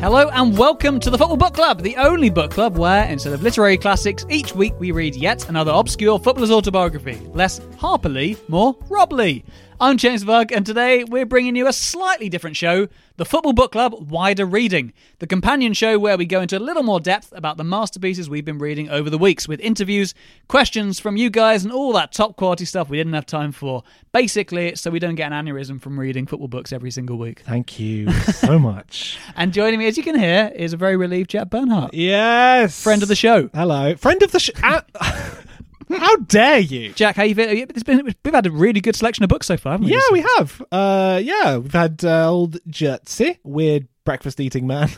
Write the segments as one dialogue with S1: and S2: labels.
S1: Hello and welcome to the Football Book Club, the only book club where, instead of literary classics, each week we read yet another obscure footballer's autobiography. Less Harper Lee, more Rob Lee. I'm James Berg, and today we're bringing you a slightly different show, the Football Book Club Wider Reading, the companion show where we go into a little more depth about the masterpieces we've been reading over the weeks with interviews, questions from you guys, and all that top quality stuff we didn't have time for. Basically, so we don't get an aneurysm from reading football books every single week.
S2: Thank you so much.
S1: And joining me, as you can hear, is a very relieved Jack Bernhardt,
S2: yes.
S1: friend of the show.
S2: Hello. Friend of the show. how, how dare you?
S1: Jack, how you feel? It's been, we've had a really good selection of books so far, haven't we?
S2: Yeah,
S1: This-
S2: we have. Uh, yeah, we've had uh, old Jertsy, weird breakfast eating man.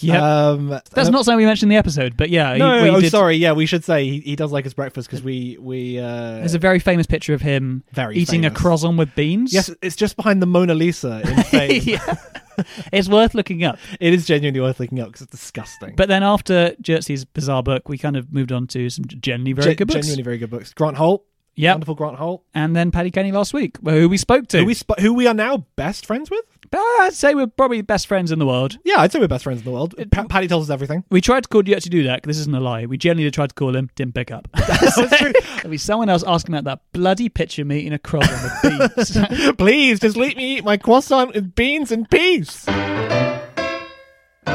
S1: Yeah.
S2: Um,
S1: That's
S2: uh,
S1: not something we mentioned in the episode, but yeah,
S2: No,
S1: we
S2: oh,
S1: did-
S2: sorry. Yeah, we should say he, he does like his breakfast because we we. Uh,
S1: There's a very famous picture of him
S2: Very
S1: eating a
S2: famous.
S1: croissant with beans.
S2: yes, it's just behind the Mona Lisa in Spain.
S1: yeah. It's worth looking up.
S2: It is genuinely worth looking up because it's disgusting.
S1: But then after Jertsey's bizarre book, we kind of moved on to some generally very
S2: Gen-
S1: good books.
S2: genuinely very good books. Grant Holt,
S1: Yep.
S2: wonderful Grant Holt,
S1: And then Paddy Kenny last week, who we spoke to.
S2: who we sp- who we are now best friends with.
S1: But I'd say we're probably best friends in the world.
S2: Yeah, I'd say we're best friends in the world. Pa- Paddy tells us everything.
S1: We tried to call Jertsey Dudek. This isn't a lie. We generally did try to call him, didn't pick up. There'll be someone else asking about that bloody picture of me in a croissant with beans.
S2: Please, just let me eat my croissant with beans in peace.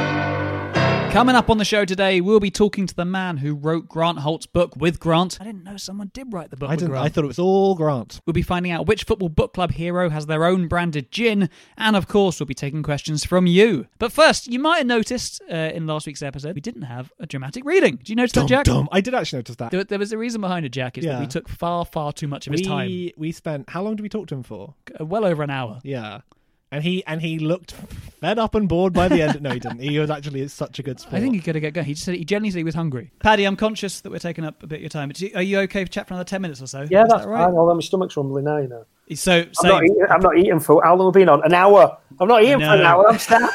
S1: Coming up on the show today, we'll be talking to the man who wrote Grant Holt's book with Grant. I didn't know someone did write the book
S2: I
S1: with
S2: didn't.
S1: Grant.
S2: I thought it was all Grant.
S1: We'll be finding out which football book club hero has their own branded gin, and of course, we'll be taking questions from you. But first, you might have noticed uh, in last week's episode we didn't have a dramatic reading. Do you notice
S2: Dumb,
S1: that, Jack?
S2: dumb. I did actually notice that.
S1: There, there was a reason behind it, Jack. Is that
S2: Yeah.
S1: we took far, far too much of his time,
S2: we we spent how long did we talk to him for?
S1: Uh, well over an hour.
S2: Yeah, and he and he looked fed up and bored by the end. No, he didn't. He was actually such a good sport.
S1: I think he could have got going. He just said he generally said he was hungry. Paddy, I'm conscious that we're taking up a bit of your time. But do you- Are you okay to chat for another ten minutes or so?
S3: Yeah,
S1: Is
S3: that's
S1: that
S3: right.
S1: right.
S3: Although my stomach's rumbling now, you know.
S1: So,
S3: I'm not,
S1: same.
S3: eating, I'm not eating for how long have we been on? An hour. I'm not eating for an
S1: know.
S3: hour. I'm sat.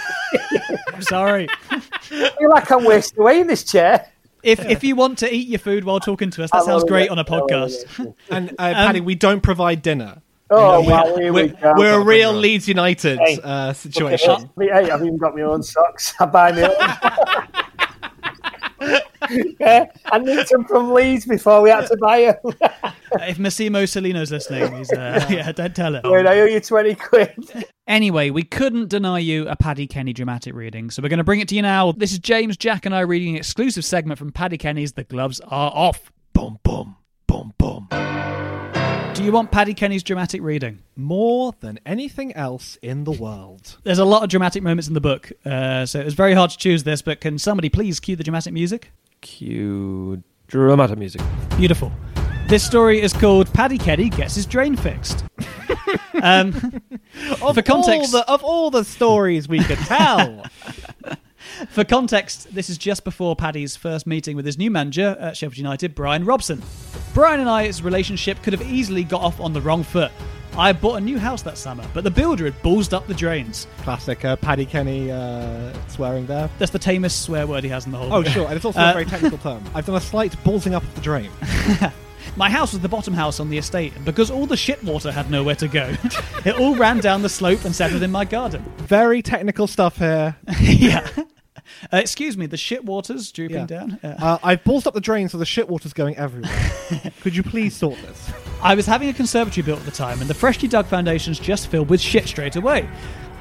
S1: I'm sorry.
S3: I feel like I'm wasting away in this chair.
S1: If if you want to eat your food while talking to us, that
S3: I
S1: sounds
S3: love
S1: great
S3: it.
S1: on a
S3: I love
S1: podcast.
S3: it.
S2: and
S1: Um,
S2: uh, Paddy, we don't provide dinner.
S3: Oh,
S2: You know,
S3: wow, here we
S2: we're,
S3: go.
S2: we're a
S3: Look
S2: real
S3: at
S2: Leeds United
S3: Hey,
S2: uh,
S3: this.
S2: situation.
S3: Hey, I've even got my own socks. I buy my own. yeah, I nicked them from Leeds before we had to buy them.
S1: Um, Uh, If Massimo Salino's listening, he's uh, yeah, don't tell
S3: I
S1: her.
S3: owe you 20 quid.
S1: Anyway, we couldn't deny you a Paddy Kenny dramatic reading, so we're going to bring it to you now. This is James, Jack, and I reading an exclusive segment from Paddy Kenny's "The Gloves Are Off."
S2: Boom, boom, boom, boom.
S1: Do you want Paddy Kenny's dramatic reading?
S2: More than anything else in the world.
S1: There's a lot of dramatic moments in the book, uh, so it was very hard to choose this. But can somebody please cue the dramatic music?
S4: Cue dramatic music.
S1: Beautiful. This story is called "Paddy Kenny Gets His Drain Fixed." um, for context,
S2: all the, of all the stories we could tell.
S1: For context, this is just before Paddy's first meeting with his new manager at Sheffield United, Brian Robson. Brian and I's relationship could have easily got off on the wrong foot. I bought a new house that summer, but the builder had ballsed up the drains.
S2: Classic uh, Paddy Kenny uh, swearing there.
S1: That's the tamest swear word he has in the whole
S2: Oh,
S1: book.
S2: sure, and it's also
S1: Uh,
S2: a very technical term. I've done a slight ballsing up of the drain.
S1: My house was the bottom house on the estate, and because all the shit water had nowhere to go, it all ran down the slope and settled in my garden.
S2: Very technical stuff here.
S1: yeah. Uh, excuse me, the shit water's drooping
S2: Yeah.
S1: down. Yeah.
S2: Uh, I've ballsed up the drain so the shit water's going everywhere. Could you please sort this?
S1: I was having a conservatory built at the time, and the freshly dug foundations just filled with shit straight away.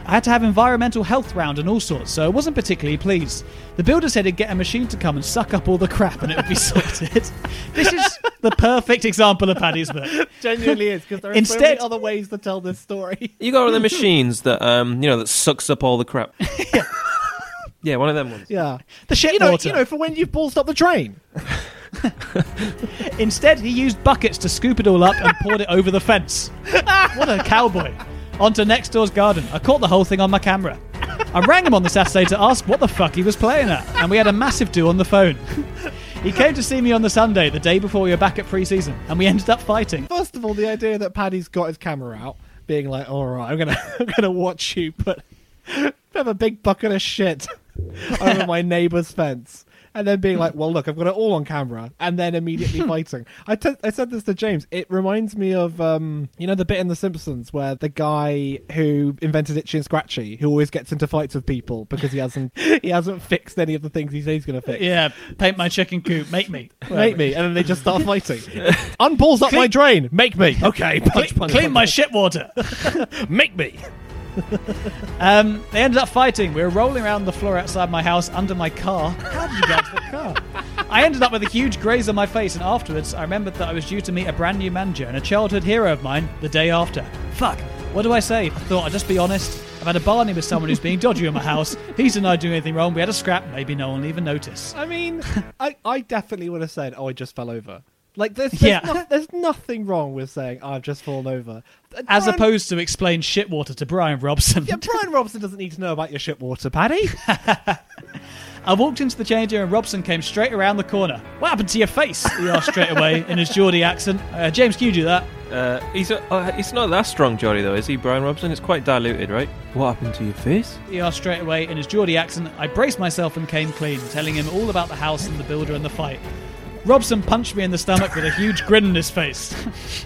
S1: I had to have environmental health round and all sorts, so I wasn't particularly pleased. The builder said he'd get a machine to come and suck up all the crap and it would be sorted. this is the perfect example of Paddy's book.
S2: Genuinely is because there
S1: are so Instead- many other
S2: ways to tell this story.
S4: You got one of the machines that um, you know that sucks up all the crap. yeah, one of them ones.
S2: Yeah,
S1: The shit
S2: you know,
S1: water.
S2: you know, for when you've ballsed up the drain.
S1: Instead, he used buckets to scoop it all up and poured it over the fence. What a cowboy. Onto next door's garden. I caught the whole thing on my camera. I rang him on the Saturday to ask what the fuck he was playing at, and we had a massive do on the phone. He came to see me on the Sunday, the day before we were back at pre season, and we ended up fighting.
S2: First of all, the idea that Paddy's got his camera out, being like, "All right, I'm gonna, I'm gonna watch you," but have a big bucket of shit over my neighbour's fence. And then being like, well, look, I've got it all on camera, and then immediately fighting. I, t- I said this to James. It reminds me of, um, you know, the bit in The Simpsons where the guy who invented Itchy and Scratchy, who always gets into fights with people because he hasn't he hasn't fixed any of the things he says he's going to fix.
S1: Yeah, paint my chicken coop, make me.
S2: Make me, and then they just start fighting. Unballs up my
S1: Clean-
S2: drain. Make me. Okay.
S1: Cle-
S2: Punch, punch,
S1: clean
S2: punch.
S1: my shit water.
S2: Make me.
S1: Um, they ended up fighting. We were rolling around the floor outside my house under my car. How did you get into the car? I ended up with a huge graze on my face, and afterwards, I remembered that I was due to meet a brand new manager and a childhood hero of mine the day after. Fuck, what do I say? I thought I'd just be honest. I've had a barney with someone who's being dodgy in my house. He's denied doing anything wrong. We had a scrap. Maybe no one will even notice.
S2: I mean, I, I definitely would have said, "Oh, I just fell over." Like there's there's,
S1: Yeah.
S2: no- there's nothing wrong with saying I've just fallen over. Uh,
S1: As
S2: Brian-
S1: opposed to explain shit water to Brian Robson.
S2: yeah, Brian Robson doesn't need to know about your shit water, Paddy.
S1: I walked into the change room and Robson came straight around the corner. What happened to your face? He asked straight away in his Geordie accent. Uh, James, can you do that?
S4: Uh, he's a, uh, he's not that strong, Jody, though, is he, Brian Robson? It's quite diluted, right? What happened to your face?
S1: He asked straight away in his Geordie accent. I braced myself and came clean, telling him all about the house and the builder and the fight. Robson punched me in the stomach with a huge grin on his face.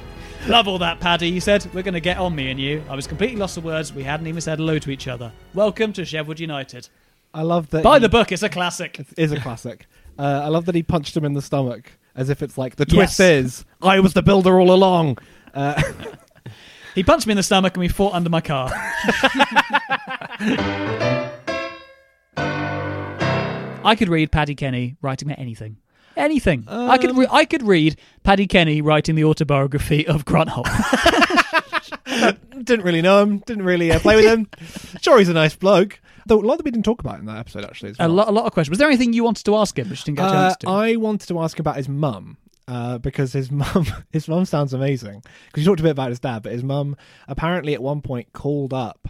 S1: Love all that, Paddy, he said. We're going to get on, me and you. I was completely lost for words. We hadn't even said hello to each other. Welcome to Sheffield United.
S2: I love that.
S1: By
S2: he-
S1: the book, it's a classic.
S2: it is a classic. Uh, I love that he punched him in the stomach as if it's like the
S1: Yes.
S2: twist is I was the builder all along.
S1: He punched me in the stomach and we fought under my car. I could read Paddy Kenny writing about anything. Anything. I could
S2: Um,
S1: re- I could read Paddy Kenny writing the autobiography of Grant Holt.
S2: Didn't really know him. Didn't really uh, play with him. sure, he's a nice bloke. Though a lot that we didn't talk about in that episode actually. As
S1: a
S2: well.
S1: lot a lot of questions. Was there anything you wanted to ask him which you didn't get a
S2: Uh,
S1: chance to?
S2: I wanted to ask about his mum uh, because his mum his mum sounds amazing. Because you talked a bit about his dad, but his mum apparently at one point called up.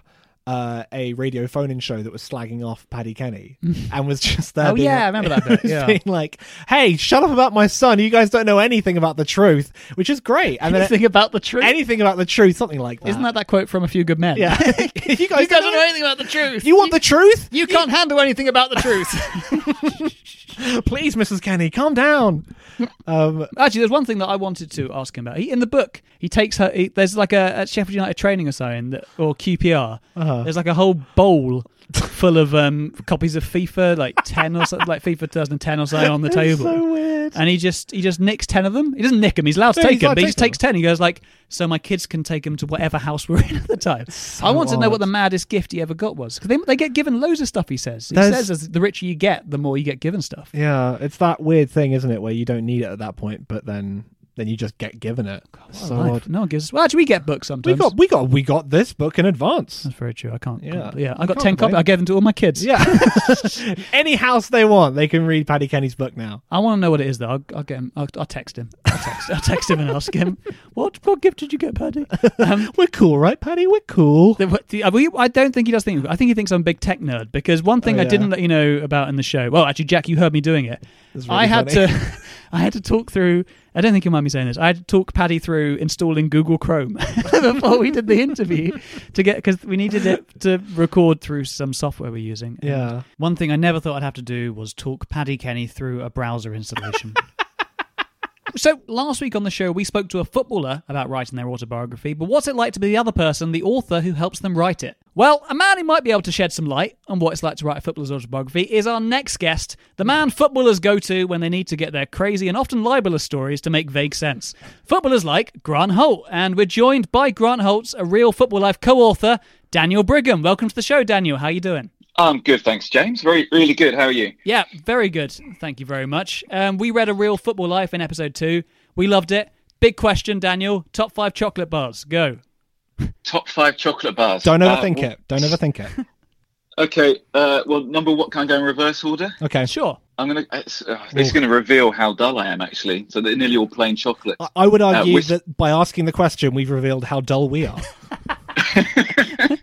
S2: Uh, a radio phone-in show that was slagging off Paddy Kenny and was just there.
S1: Oh,
S2: being
S1: yeah,
S2: like-
S1: I remember that bit,
S2: was
S1: yeah.
S2: being like, "Hey, shut up about my son. You guys don't know anything about the truth," which is great. And then
S1: anything about the truth?
S2: anything about the truth, something like that.
S1: Isn't that that quote from A Few Good Men?
S2: Yeah, you guys,
S1: you guys
S2: don't
S1: don't know anything about the truth.
S2: You want the truth?
S1: you can't handle anything about the truth.
S2: Please, Mrs. Kenny, calm down. Um,
S1: Actually, there's one thing that I wanted to ask him about. He, in the book, he takes her. He, there's like a at Sheffield United training or something, that, or QPR.
S2: Uh-huh.
S1: There's like a whole bowl full of um, copies of FIFA, like ten or something, like FIFA 2010 or something, on the table.
S2: so weird.
S1: And he just he just nicks ten of them. He doesn't nick them. He's allowed to
S2: No,
S1: take
S2: he's
S1: them,
S2: allowed
S1: but
S2: to
S1: he
S2: take
S1: just takes ten. He goes like, so my kids can take them to whatever house we're in at the time. I want to know
S2: odd.
S1: what the maddest gift he ever got was because they, they get given loads of stuff. He says he
S2: There's-
S1: says as the richer you get, the more you get given stuff.
S2: Yeah, it's that weird thing, isn't it, where you don't need it at that point, but then then you just get given it. so
S1: Life.
S2: odd.
S1: No one gives. Well, actually, we get books sometimes.
S2: We got we got we got this book in advance.
S1: That's very true. I can't.
S2: Yeah.
S1: Yeah, yeah. I
S2: You
S1: got
S2: can't
S1: ten copies.
S2: blame-
S1: I gave them to all my kids.
S2: Yeah, any house they want, they can read Paddy Kenny's book now.
S1: I want to know what it is though. I'll, I'll get him. I'll, I'll text him. I'll text, I'll text him and ask him what what gift did you get, Paddy? Um,
S2: We're cool, right, Paddy? We're cool.
S1: the- what- the- uh, we- I don't think he does think. I think he thinks I'm a big tech nerd because one thing
S2: Oh,
S1: I
S2: yeah.
S1: didn't let you know about in the show. Well, actually, Jack, you heard me doing it.
S2: That's really
S1: I had
S2: funny.
S1: to. I had to talk through. I don't think you mind me saying this. I had to talk Paddy through installing Google Chrome before we did the interview to get because we needed it to record through some software we're using. And
S2: Yeah.
S1: One thing I never thought I'd have to do was talk Paddy Kenny through a browser installation. So, last week on the show, we spoke to a footballer about writing their autobiography, but what's it like to be the other person, the author who helps them write it? Well, a man who might be able to shed some light on what it's like to write a footballer's autobiography is our next guest, the man footballers go to when they need to get their crazy and often libelous stories to make vague sense. Footballers like Grant Holt, and we're joined by Grant Holt's A Real Football Life co-author, Daniel Brigham. Welcome to the show, Daniel. How you doing?
S5: I'm good, thanks, James. Very, really good. How are you?
S1: Yeah, very good. Thank you very much. Um, we read A Real Football Life in episode two. We loved it. Big question, Daniel. Top five chocolate bars. Go.
S5: Top five chocolate bars.
S2: Don't
S5: Uh,
S2: overthink
S5: well-
S2: it. Don't overthink it.
S5: Okay. Uh, well, number one, can I go in reverse order?
S2: Okay.
S1: Sure.
S5: I'm gonna. It's, uh, this is gonna reveal how dull I am, actually. So they're nearly all plain chocolate.
S2: I- I would argue
S5: Uh, which-
S2: that by asking the question, we've revealed how dull we are.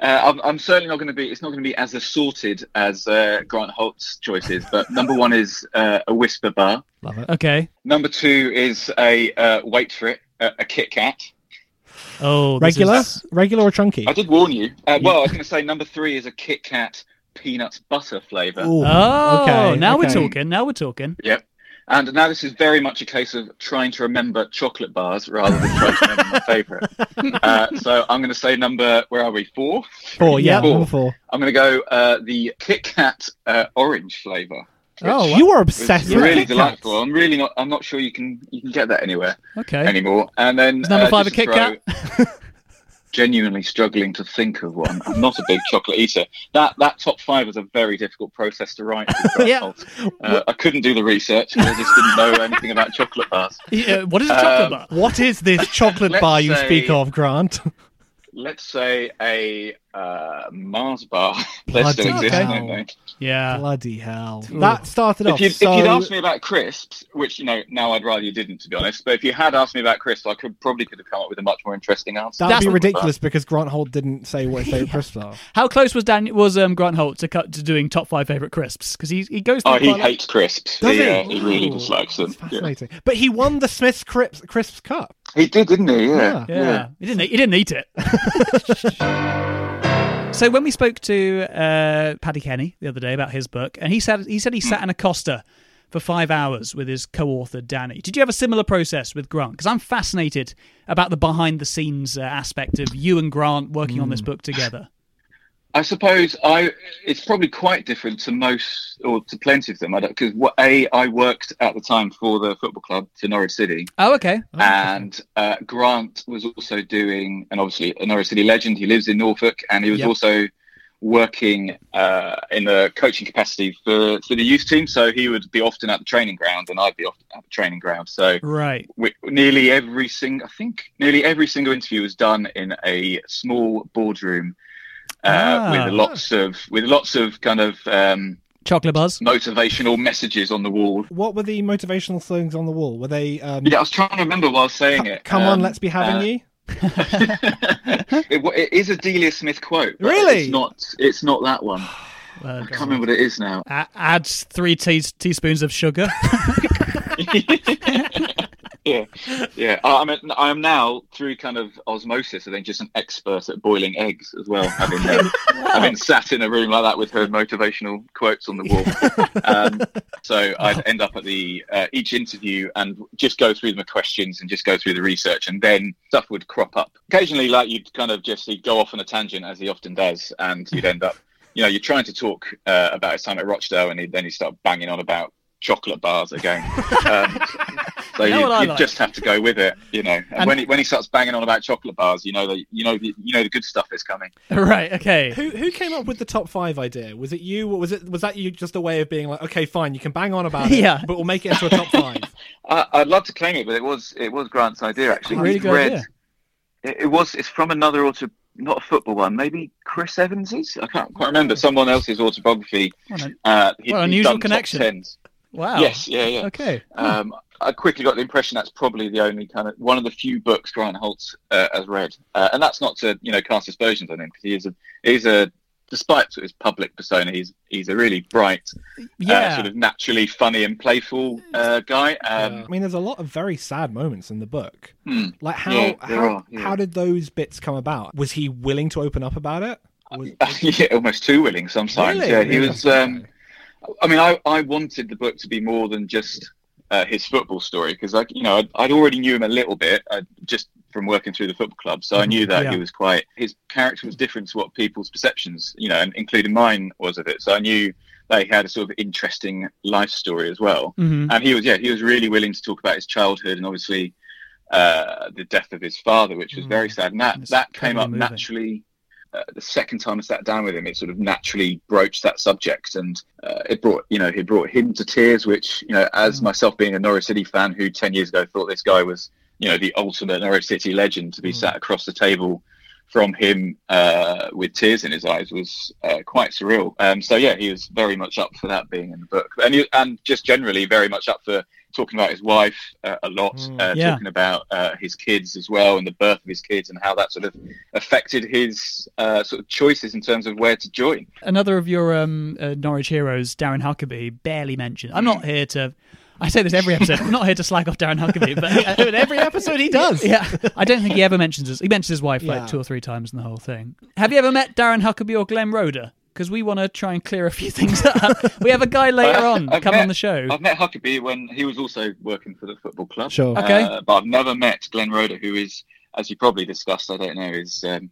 S5: Uh, I'm, I'm certainly not going to be. It's not going to be as assorted as uh, Grant Holt's choices. But number one is uh, a Whisper bar.
S2: Love it.
S1: Okay.
S5: Number two is a uh, wait for it, a, a Kit Kat.
S1: Oh, this
S2: Regular,
S1: is-
S2: regular or chunky?
S5: I did warn you. Uh, well, I was going to say number three is a Kit Kat peanuts butter flavour.
S2: Ooh,
S1: Oh,
S2: okay,
S1: now we're
S2: okay.
S1: talking. Now we're talking.
S5: Yep. And now this is very much a case of trying to remember chocolate bars rather than trying to remember my favourite. Uh, so I'm going to say number, where are we? Four?
S2: Four, yeah,
S5: Four.
S2: number four.
S5: I'm going to go uh, the Kit Kat uh, orange flavour.
S1: Oh, wow.
S2: you are
S5: It's
S2: obsessed with
S5: really
S2: Kit Kats.
S5: delightful. I'm really not. I'm not sure you can you can get that anywhere
S1: okay.
S5: anymore. And then
S1: Is number
S5: uh,
S1: five a
S5: just to
S1: Kit Kat?
S5: throw- genuinely struggling to think of one. I'm not a big chocolate eater. That that top five was a very difficult process to write. for
S1: Yeah.
S5: Grant Holt. Uh, I couldn't do the research. 'cause I just didn't know anything about chocolate bars.
S1: Yeah, what is a
S5: Um,
S1: chocolate bar?
S2: What is this chocolate
S5: Let's
S2: bar you
S5: say-
S2: speak of, Grant?
S5: Let's say a uh, Mars bar. they still
S2: Bloody
S5: exist,
S2: hell.
S5: don't they?
S1: Yeah.
S2: Bloody hell.
S1: Ooh.
S2: That started off
S5: If you'd,
S2: so...
S5: if you'd asked me about crisps, which you know now I'd rather you didn't, to be honest. But if you had asked me about crisps, I could probably could have come up with a much more interesting answer.
S2: That would
S1: That's-
S2: be ridiculous because Grant Holt didn't say what his favourite crisps are.
S1: How close was Dan was um, Grant Holt to cut to doing top five favorite crisps? Because he he goes. through
S5: Oh, he
S1: quite a lot-
S5: hates crisps.
S2: Does
S5: he,
S2: he?
S5: uh, he really
S2: Ooh,
S5: dislikes them.
S2: It's
S5: Yeah.
S2: fascinating. But he won the Smith's Crisps, Crisps Cup.
S5: He did, didn't he?
S2: Yeah.
S1: Yeah. He didn't. Eat, he didn't eat it. so when we spoke to uh, Paddy Kenny the other day about his book, and he said he said he sat in a Costa for five hours with his co-author Danny. Did you have a similar process with Grant? Because I'm fascinated about the behind the scenes uh, aspect of you and Grant working on this book together.
S5: I suppose I. It's probably quite different to most or to plenty of them. I don't because a I worked at the time for the football club to Norwich City,
S1: Oh, okay.
S5: and uh, Grant was also doing, and obviously a Norwich City legend. He lives in Norfolk, and he was
S1: Yep.
S5: also working uh, in the coaching capacity for, for the youth team. So he would be often at the training ground, and I'd be often at the training ground. So
S1: Right.
S5: we, nearly every single, I think, nearly every single interview was done in a small boardroom uh,
S1: Ah.
S5: with lots of with lots of kind of um,
S1: Chocolate buzz.
S5: motivational messages on the wall.
S2: What were the motivational slogans on the wall? Were they, um,
S5: Yeah, I was trying to remember while saying
S2: "C-
S5: it.
S2: come on,
S5: Um,
S2: let's be having
S5: uh,
S2: you?
S5: it, wa- it is a Delia Smith quote. but
S2: Really?
S5: It's not. It's not that one.
S1: Uh,
S5: I can't remember what it is now.
S1: a- adds three tea- teaspoons of sugar.
S5: Yeah, yeah. I, I'm. a- I am now through kind of osmosis. I think just an expert at boiling eggs as well. Having um, having sat in a room like that with her motivational quotes on the wall. um, so I'd end up at the uh, each interview and just go through the questions and just go through the research, and then stuff would crop up. Occasionally, like you'd kind of just he'd go off on a tangent as he often does, and you'd end up. You know, you're trying to talk uh, about his time at Rochdale, and he, then you start banging on about chocolate bars again. um, so
S1: You know
S5: you,
S1: what I
S5: you
S1: like?
S5: just have to go with it, you know. And,
S1: And-
S5: when he when he starts banging on about chocolate bars, you know that you know the, you know the good stuff is coming.
S1: right. Okay.
S2: Who who came up with the top five idea? Was it you? Or was it was that you just a way of being like, okay, fine, you can bang on about it,
S1: Yeah.
S2: but we'll make it into a top five.
S5: I, I'd love to claim it, but it was it was Grant's idea actually.
S1: Really
S5: He'd
S1: good
S5: read,
S1: idea.
S5: It, it was it's from another auto, not a football one, maybe Chris Evans's. I can't quite remember someone else's autobiography.
S1: What an-
S5: Uh, he'd-
S1: What an
S5: he'd
S1: unusual
S5: done top
S1: connection. Oh.
S5: 10s.
S1: Wow.
S5: Yes, yeah, yeah.
S1: Okay.
S5: Um, I quickly got the impression that's probably the only kind of one of the few books Grant Holtz uh, has read, uh, and that's not to you know cast aspersions on him because he is a he's a despite sort of his public persona, he's he's a really bright,
S1: Yeah.
S5: uh, sort of naturally funny and playful uh, guy. Um,
S2: I mean, there's a lot of very sad moments in the book.
S5: hmm.
S2: Like how
S5: Yeah, there
S2: how,
S5: are, yeah.
S2: how did those bits come about? Was he willing to open up about it? Was,
S5: yeah, almost too willing sometimes.
S2: Really?
S5: Yeah, he was. Um, I mean, I, I wanted the book to be more than just uh, his football story because, like, you know, I'd, I'd already knew him a little bit uh, just from working through the football club, so I knew that
S1: Yeah.
S5: he was quite. His character was different to what people's perceptions, you know, and including mine, was of it. So I knew that he had a sort of interesting life story as well.
S1: Mhm.
S5: And he was, yeah, he was really willing to talk about his childhood and obviously uh, the death of his father, which was
S1: Mm.
S5: very sad. And that
S1: It's
S5: that came
S1: totally
S5: up
S1: moving.
S5: naturally. Uh, the second time I sat down with him, it sort of naturally broached that subject, and uh, it brought you know it brought him to tears. Which you know,
S1: Mm.
S5: as myself being a Norwich City fan who ten years ago thought this guy was you know the ultimate Norwich City legend, to be sat across the table from him uh, with tears in his eyes was uh, quite surreal. Um, so yeah, he was very much up for that being in the book, and he, and just generally very much up for talking about his wife uh, a lot,
S2: Mm.
S5: uh,
S1: Yeah.
S5: talking about uh, his kids as well, and the birth of his kids, and how that sort of affected his uh, sort of choices in terms of where to join.
S1: Another of your um, uh, Norwich heroes, Darren Huckabee, barely mentioned. I'm not here to. I say this every episode. I'm not here to slag off Darren Huckabee, but uh,
S2: In every episode he does.
S1: yeah, I don't think he ever mentions his. He mentions his wife
S2: Yeah.
S1: like two or three times in the whole thing. Have you ever met Darren Huckabee or Glenn Roder? Because we want to try and clear a few things up. we have a guy later
S5: I-
S1: on
S5: I've
S1: come
S5: met-
S1: on the show.
S5: I've met Huckabee when he was also working for the football club.
S2: Sure.
S5: Uh,
S1: Okay.
S5: but I've never met Glenn Roder, who is, as you probably discussed, I don't know, is um,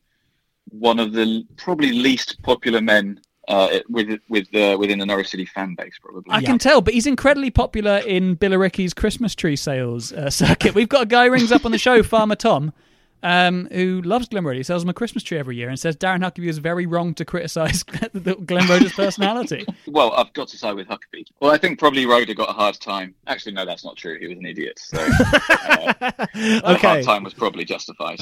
S5: one of the l- probably least popular men uh, with with uh, within the Norwich City fan base, probably.
S1: I can tell, but he's incredibly popular in Billericay's Christmas tree sales uh, circuit. We've got a guy who rings up on the show, Farmer Tom, um, who loves Glenroe. He sells him a Christmas tree every year and says Darren Huckabee is very wrong to criticise Glenroe's personality.
S5: Well, I've got to side with Huckabee. Well, I think probably Roder got a hard time. Actually, no, that's not true. He was an idiot. So uh, the
S2: Okay.
S5: hard time was probably justified.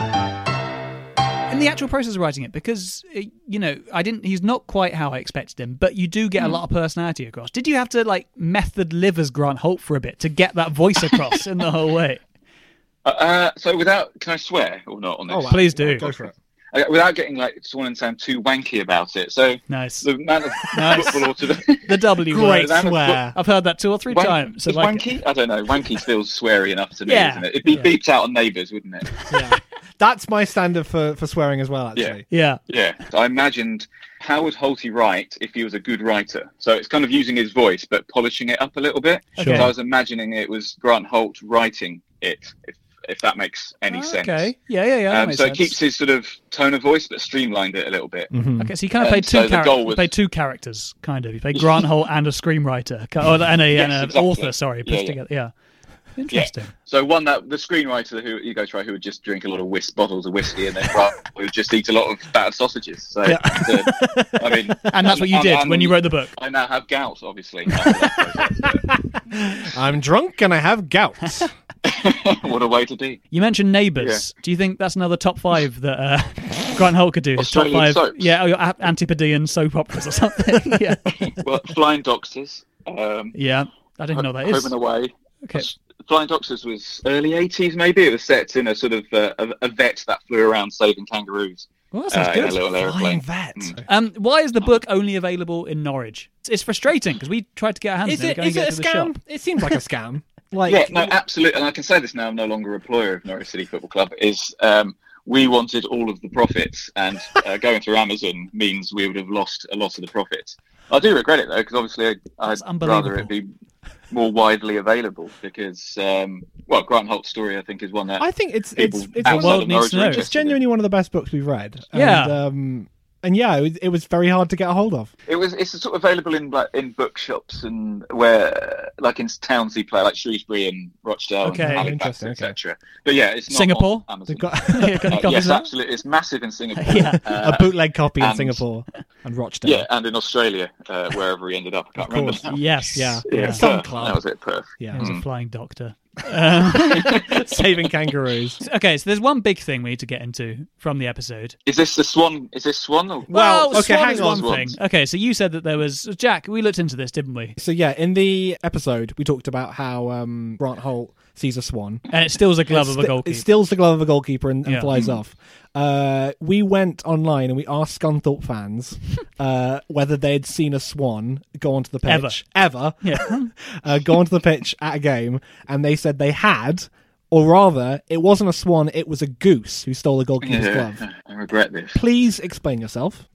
S1: in the actual process of writing it because uh, you know i didn't he's not quite how i expected him but you do
S2: Hmm.
S1: get a lot of personality across did you have to like method live as grant holt for a bit to get that voice across in the whole way
S5: Uh, so without, can I swear or not on this?
S2: Oh, wow.
S1: Please do.
S2: Go for it.
S5: Uh, Without getting like Swan and Sam too wanky about it. So
S1: nice
S5: the amount of
S1: Nice.
S5: football auto-
S1: the w
S2: Great
S1: word
S5: that was-
S2: swear.
S1: i've heard that two or three
S5: Wank-
S1: times so
S5: is
S1: like
S5: wanky? I don't know. Wanky feels sweary enough to me,
S1: Yeah.
S5: isn't it? It'd be beeped out on neighbours, wouldn't it?
S2: That's my standard for, for swearing as well, actually.
S1: yeah
S5: Yeah. So I imagined how would Holty write if he was a good writer? So it's kind of using his voice but polishing it up a little bit.
S1: Okay.
S5: So I was imagining it was Grant Holt writing it, if if that makes any sense.
S1: Oh, okay yeah yeah yeah that
S5: Um,
S1: makes
S5: so it
S1: sense. Mm-hmm.
S5: keeps his sort of tone of voice but streamlined it a little bit.
S1: Okay, so you kind of
S5: Um,
S1: played two
S5: so the
S1: characters.
S5: goal
S1: you
S5: was-
S1: played two characters, kind of. You played Grant Holt and a screenwriter, ki- or, and a and
S5: Yes,
S1: an
S5: exactly.
S1: author. Sorry,
S5: Yeah,
S1: pushed
S5: yeah.
S1: together. Yeah, interesting.
S5: So one that the screenwriter who you go try who would just drink a lot of whisk bottles of whiskey and then Grant would just eat a lot of battered sausages. So the- I mean,
S1: And that's what you did when you wrote the book.
S5: I now have gout, obviously. after that
S2: I'm drunk and I have gout.
S5: process. what a way to be.
S1: You mentioned Neighbours. Do you think that's another top five that uh, Grant Holt could do? His top five,
S5: Australian soaps.
S1: yeah, or a- Antipodean soap operas or something. yeah,
S5: Well, Flying Doctors. Um,
S1: yeah. I didn't know
S5: Ho-
S1: that
S5: Home
S1: is.
S5: and Away.
S1: Okay.
S5: Flying Doctors was early 80s, maybe. It was set in a sort of uh, a, a vet that flew around saving kangaroos
S1: Well, that
S5: uh,
S1: sounds
S5: in a
S1: good.
S5: little Hmm. aeroplane.
S2: vet.
S1: Um, why is the book only available in Norwich? It's, it's frustrating because we tried to get our hands
S2: Is
S1: on it.
S2: it
S1: go and
S2: is
S1: get
S2: it
S1: to
S2: a
S1: the
S2: scam?
S1: shop.
S2: It seems like a scam. Like
S5: Yeah, no, absolutely. And I can say this now, I'm no longer employer of Norwich City Football Club, is um, we wanted all of the profits. And uh, going through Amazon means we would have lost a lot of the profits. I do regret it, though, because obviously I-
S1: That's
S5: I'd rather it be more widely available because, um, well, Grant Holt's story, I think, is one that
S2: I think it's
S5: people
S2: it's it's
S5: outside
S2: one
S1: The world
S5: of
S1: needs
S5: Norwich
S1: to
S5: are
S1: know.
S5: interested
S2: It's
S5: in.
S2: genuinely one of the best books we've read. And,
S1: Yeah.
S2: Um, and yeah, it was, it was very hard to get a hold of.
S5: It was. It's sort of available in like in bookshops and where, like in towns, you play like Shrewsbury and Rochdale
S1: Okay,
S5: and Halifax,
S2: interesting, okay.
S5: etc. But yeah, it's not
S1: Singapore?
S5: On Amazon.
S2: They've got
S1: Yeah, got any
S5: Uh,
S1: copies
S5: yes,
S1: of that?
S5: absolutely. It's massive in Singapore.
S1: Yeah.
S5: Uh,
S2: a bootleg copy in
S5: and-
S2: Singapore and Rochdale.
S5: yeah, and in Australia, uh, wherever he ended up, I can't
S2: Of
S5: remember.
S2: course.
S5: now.
S1: Yes.
S2: Yeah.
S1: Yeah.
S5: Perth.
S2: Some club.
S5: That was Mm. it, Perth.
S2: Yeah.
S1: He's a flying doctor.
S2: saving kangaroos.
S1: Okay, so there's one big thing we need to get into from the episode.
S5: Is this the Swan? Is this Swan? Or...
S2: Well,
S1: Well,
S2: okay,
S1: Swan
S2: hang
S1: is
S2: on.
S1: one thing. Okay, so you said that there was Jack. We looked into this, didn't we?
S2: So yeah, in the episode we talked about how um, Grant Holt sees a swan.
S1: And it still was a glove of a
S2: Sti-
S1: goalkeeper.
S2: It steals the glove of a goalkeeper and, and
S1: Yeah. Mm.
S2: flies off. Uh, we went online and we asked Scunthorpe fans uh, whether they'd seen a swan go onto the
S1: Ever.
S2: pitch ever,
S1: Yeah.
S2: uh, go onto the pitch at a game, and they said they had, or rather, it wasn't a swan, it was a goose who stole the goalkeeper's
S5: Yeah,
S2: glove.
S5: I regret this.
S2: Please explain yourself.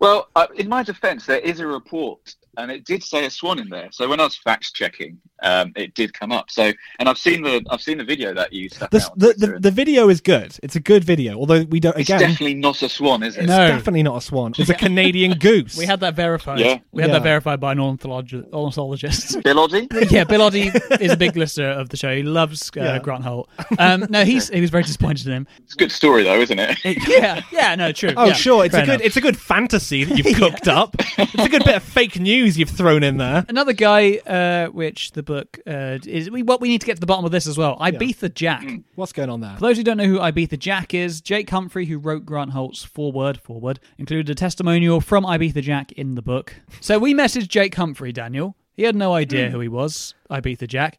S5: Well, uh, in my defence, there is a report and it did say a swan in there. So when I was fact checking, um, it did come up. So, and I've seen the I've seen the video that you stuck
S2: The,
S5: out. on
S2: the,
S5: Twitter,
S2: the,
S5: and
S2: the video is good. It's a good video, although we don't,
S5: it's
S2: again,
S5: definitely not a swan, is it?
S2: it's
S1: No.
S2: definitely not a swan. It's a Canadian goose.
S1: We had that verified.
S5: Yeah.
S1: We had
S2: Yeah.
S1: that verified by an ornithologist. ornithologist.
S5: Bill Oddie?
S1: yeah, Bill Oddie is a big listener of the show. He loves uh,
S2: Yeah.
S1: Grant Holt. Um, no, he's he was very disappointed in him.
S5: It's a good story though, isn't it?
S1: yeah, yeah, no, true.
S2: Oh,
S1: yeah,
S2: sure. It's
S1: fair
S2: a good.
S1: enough.
S2: It's a good fantasy that you've cooked up. It's a good bit of fake news you've thrown in there.
S1: Another guy, uh, which the book uh, is. We, what we need to get to the bottom of this as well. Ibiza Jack.
S5: Mm.
S2: What's going on there?
S1: For those who don't know who Ibiza Jack is, Jake Humphrey, who wrote Grant Holt's foreword, forward, included a testimonial from Ibiza Jack in the book. So we messaged Jake Humphrey, Daniel. He had no idea
S5: Mm.
S1: who he was, Ibiza Jack.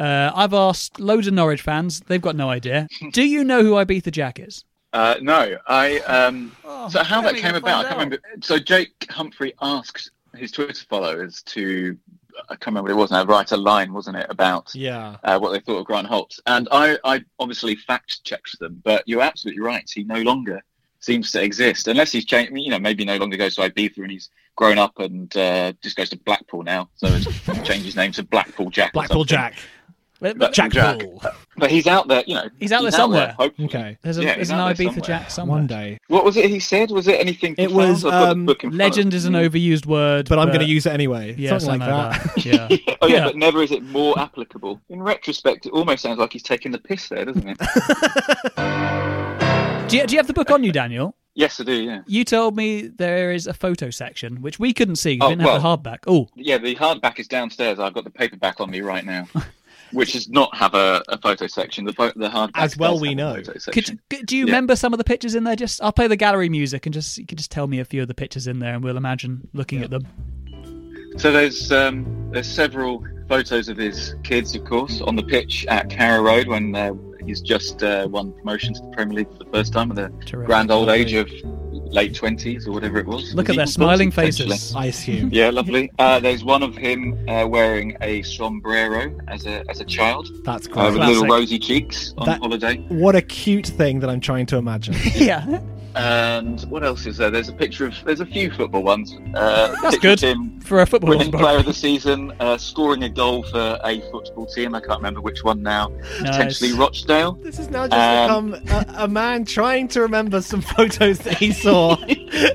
S1: Uh, I've asked loads of Norwich fans. They've got no idea. Do you know who Ibiza Jack is?
S5: Uh, no, I. Um, so how that
S1: we
S5: came
S1: gonna
S5: about, I
S1: Oh, find
S5: can't remember. So Jake Humphrey asked his Twitter followers to, I can't remember what it was now, write a line, wasn't it, about
S2: Yeah.
S5: uh, what they thought of Grant Holt? And I, I obviously fact checked them, but you're absolutely right. He no longer seems to exist, unless he's changed. You know, maybe no longer goes to Ibiza and he's grown up and uh, just goes to Blackpool now. So it's changed his name to Blackpool Jack. or
S2: Blackpool
S5: something.
S2: Jack.
S5: But-
S2: Jack.
S5: Jack.
S2: Bull.
S5: But he's out there. You know,
S1: He's out there somewhere.
S5: hopefully.
S2: Okay.
S1: There's, a,
S5: Yeah,
S1: there's
S5: he's
S1: an
S5: out there
S1: Ibiza
S5: somewhere.
S1: Jack somewhere.
S2: One day.
S5: What was it he said? Was it anything?
S2: It
S5: profound?
S2: was,
S5: I've got the
S2: um,
S5: book in front of
S1: Legend
S5: me.
S1: is an overused word,
S2: But I'm going to use it anyway.
S1: yeah,
S2: Something like that.
S1: Yeah.
S5: Oh yeah,
S1: Yeah.
S5: but never is it more applicable. In retrospect, it almost sounds like he's taking the piss there, doesn't it?
S1: do, you, do you have the book on you, Daniel?
S5: yes, I do. Yeah,
S1: You told me there is a photo section, which we couldn't see. 'cause
S5: Oh,
S1: we didn't have
S5: well.
S1: the hardback. Oh,
S5: yeah. The hardback is downstairs. I've got the paperback on me right now, which does not have a, a photo section. The, pho- the hardback
S2: As well
S5: does
S2: we
S5: have a
S2: know.
S5: photo
S1: Could,
S5: section.
S1: you- could do you
S5: Yeah.
S1: remember some of the pictures in there? Just I'll play the gallery music and just you could just tell me a few of the pictures in there, and we'll imagine looking at them.
S5: So there's um, there's several photos of his kids, of course, on the pitch at Carrow Road when uh, he's just uh, won promotion to the Premier League for the first time at the
S1: Terrific.
S5: grand old age of late twenties or whatever it was.
S1: Look at their
S5: Even
S1: smiling
S5: 40, potentially.
S1: faces.
S2: I assume.
S5: Yeah, lovely. Uh, there's one of him uh, wearing a sombrero as a as a child,
S2: That's great.
S5: uh, with
S1: Classic.
S5: little rosy cheeks on
S2: That-
S5: holiday.
S2: What a cute thing that I'm trying to imagine.
S1: yeah,
S5: And what else is there? There's a picture of there's a few football ones. Uh,
S1: that's
S5: picture of
S1: good
S5: Him
S1: for a football
S5: winning player
S1: book.
S5: of the season, uh, scoring a goal for a football team. I can't remember which one now. Potentially Rochdale.
S2: This has now just
S5: Um,
S2: become a, a man trying to remember some photos that he saw,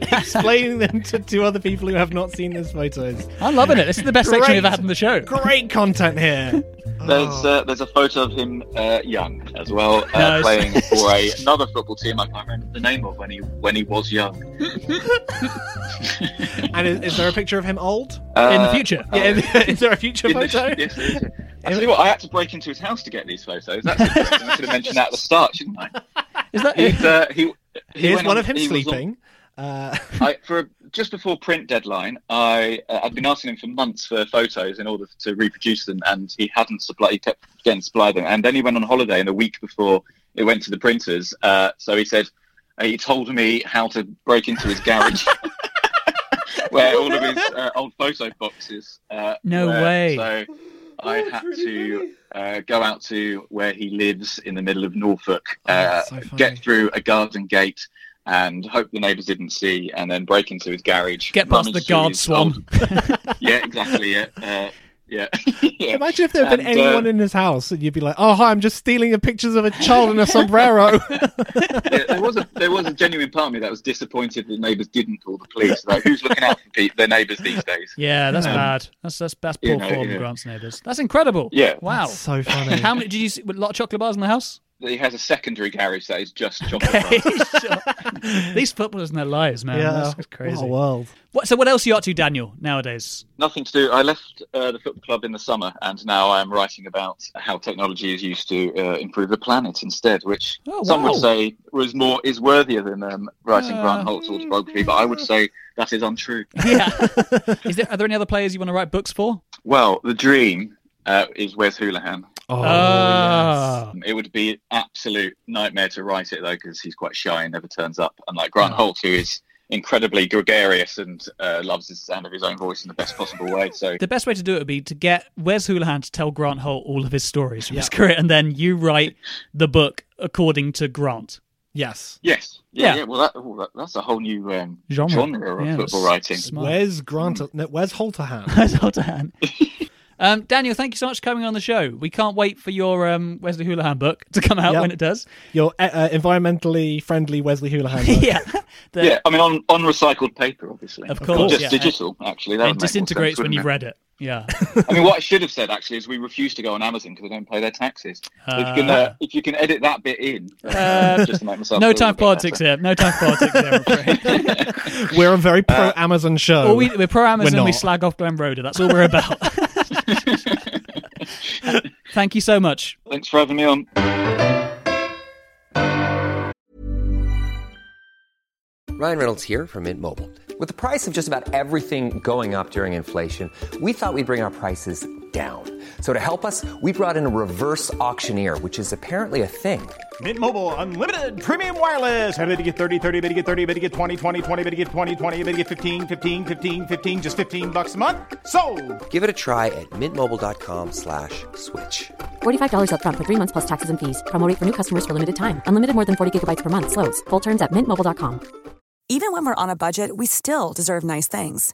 S2: explaining them to two other people who have not seen those photos.
S1: I'm loving it. This is the best section we've
S2: Great.
S1: had in the show.
S2: Great content here.
S5: There's uh, there's a photo of him uh, young as well, uh,
S1: Nice.
S5: playing for a, another football team. I can't remember the name of when he when he was young.
S2: And is, is there a picture of him old?
S1: In the
S5: Uh,
S1: future,
S2: Yeah, is there a future
S5: In the-
S2: photo?
S5: yes, there is. I tell you what, I had to break into his house to get these photos. That's interesting. I should have mentioned that at the start, shouldn't I?
S1: is that
S5: He's, uh, he, he
S2: Here's
S5: went
S2: one
S5: on-
S2: of him
S5: he was on-
S2: sleeping. Uh,
S5: I, for just before print deadline, I uh, I'd been asking him for months for photos in order to reproduce them, and he hadn't supplied. He kept getting supplied them, and then he went on holiday, and a week before it went to the printers, uh, so he said he told me how to break into his garage. Where all of his uh, old photo boxes. Uh,
S1: No
S5: were.
S1: way.
S5: So I had to uh, go out to where he lives in the middle of Norfolk, uh,
S2: Oh, that's so funny.
S5: get through a garden gate, and hope the neighbours didn't see, and then break into his garage.
S1: get past
S5: rummage
S1: the
S5: through
S1: guard
S5: his
S1: swan?
S5: old- yeah, exactly. Yeah, uh, yeah. yeah.
S2: Imagine if there had been
S5: And, uh,
S2: anyone in his house and you'd be like, oh, hi, I'm just stealing the pictures of a child in a sombrero.
S5: Yeah, there was a there was a genuine part of me that was disappointed that neighbours didn't call the police. Like, who's looking out for pe- their neighbours these days?
S1: Yeah, that's bad. That's that's that's
S5: you
S1: poor
S5: know,
S1: form,
S5: yeah.
S1: Grant's neighbours. That's incredible.
S5: Yeah.
S1: Wow.
S2: so funny.
S1: How many did you see? A lot of chocolate bars in the house.
S5: He has a secondary garage that is just chocolate. bars.
S1: These footballers and their lives, man.
S2: yeah,
S1: That's, that's crazy.
S2: What a world.
S1: What, so, what else are you up to, Daniel, nowadays?
S5: Nothing to do. I left uh, the football club in the summer, and now I am writing about how technology is used to uh, improve the planet instead, which
S1: Oh,
S5: some
S1: wow.
S5: would say was more is worthier than um, writing
S1: Uh.
S5: Grant Holt's autobiography. But I would say that is untrue.
S1: Yeah. Is there, are there any other players you want to write books for?
S5: well, the dream uh, is Wes Houlihan. Um,
S2: Oh,
S1: Ah.
S5: It would be an absolute nightmare to write it though, because he's quite shy and never turns up. Unlike Grant
S1: Mm.
S5: Holt, who is incredibly gregarious and uh, loves the sound of his own voice in the best possible way. So.
S1: The best way to do it would be to get Wes Houlihan to tell Grant Holt all of his stories from his career, and then you write the book according to Grant.
S2: Yes.
S5: Yes. Yeah.
S1: Yeah.
S5: yeah. well, that, oh, that, that's a whole new um,
S1: Genre.
S5: genre. of
S1: Yeah,
S5: football
S1: s-
S5: writing.
S1: smart.
S2: Where's Grant? No, where's Holterham?
S1: That's all Dan. Um, Daniel, thank you so much for coming on the show. We can't wait for your um, Wesley Houlihan book to come out
S2: Yep.
S1: when it does.
S2: Your uh, uh, environmentally friendly Wesley Houlihan. book.
S1: yeah. The-
S5: yeah, I mean, on, on recycled paper, obviously.
S1: Of
S5: Or
S1: course,
S5: just
S1: yeah.
S5: digital, actually. That would
S1: It
S5: make more
S1: disintegrates
S5: sense,
S1: when you've
S5: wouldn't
S1: read it. Yeah.
S5: it? I mean, what I should have said, actually, is we refuse to go on Amazon because I don't pay their taxes. So if, you can,
S1: Uh.
S5: uh, if you can edit that bit in, uh, just to make myself
S1: no
S5: feel a
S1: time for
S5: bit
S1: politics
S5: better.
S1: here. No time for politics here. I'm afraid.
S2: We're a very pro Amazon show.
S1: All Uh, we, we're pro Amazon.
S2: We're
S1: We
S2: not.
S1: slag off Glen Roder. That's all we're about. thank you so much.
S5: Thanks for having me on.
S6: Ryan Reynolds here from Mint Mobile. With the price of just about everything going up during inflation, we thought we'd bring our prices down. So to help us, we brought in a reverse auctioneer, which is apparently a thing.
S7: Mint Mobile unlimited premium wireless. Ready to get 30, 30, bit to get 30, bit to get 20, 20, 20, bit to get 20, 20, bit to get 15, 15, 15, 15 just 15 bucks a month. Sold.
S6: Give it a try at mintmobile.com slash switch.
S8: $45 upfront for three months plus taxes and fees. Promo rate for new customers for limited time. Unlimited more than 40 gigabytes per month. Slows. Full terms at mintmobile.com.
S9: Even when we're on a budget, we still deserve nice things.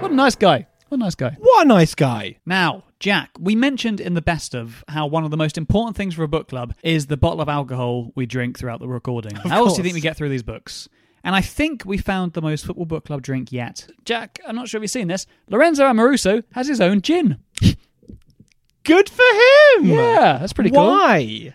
S1: What a nice guy. What a nice guy.
S2: What a nice guy.
S1: Now, Jack, we mentioned in the best of how one of the most important things for a book club is the bottle of alcohol we drink throughout the recording. how else do you
S2: course.
S1: think we get through these books? And I think we found the most football book club drink yet. Jack, I'm not sure if you've seen this. Lorenzo Amoruso has his own gin.
S2: Good for him.
S1: Yeah, that's pretty cool.
S2: Why?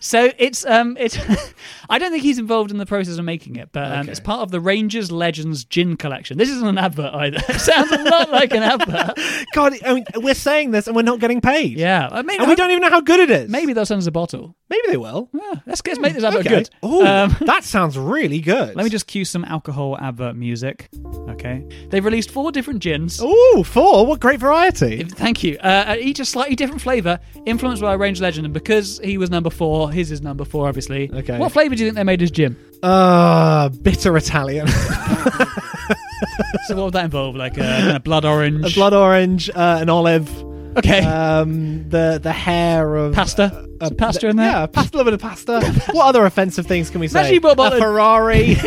S1: So it's um it's I don't think he's involved in the process of making it, but um, it's part of the Rangers Legends gin collection. This isn't an advert either. it sounds a lot like an advert.
S2: God, I mean, we're saying this and we're not getting paid.
S1: Yeah, I mean,
S2: And we don't even know how good it is.
S1: Maybe they'll send us a bottle.
S2: Maybe they will.
S1: Yeah, let's get, let's make this advert
S2: Okay.
S1: good.
S2: Oh,
S1: Um,
S2: that sounds really good.
S1: Let me just cue some alcohol advert music. Okay. They've released four different gins.
S2: Ooh, four. What great variety.
S1: If- Thank you. Uh, each a slightly different flavour, influenced by a range legend. And because he was number four, his is number four, obviously.
S2: Okay.
S1: What flavour do you think they made as gin?
S2: Uh, bitter Italian.
S1: So what would that involve? Like a, I don't know, blood orange?
S2: a blood orange, uh, an olive,
S1: Okay.
S2: um, the the hair of
S1: pasta. Some pasta in there?
S2: Yeah, pasta, a little bit of pasta. what other offensive things can we say?
S1: Imagine you bought a bottle
S2: a
S1: of-
S2: Ferrari.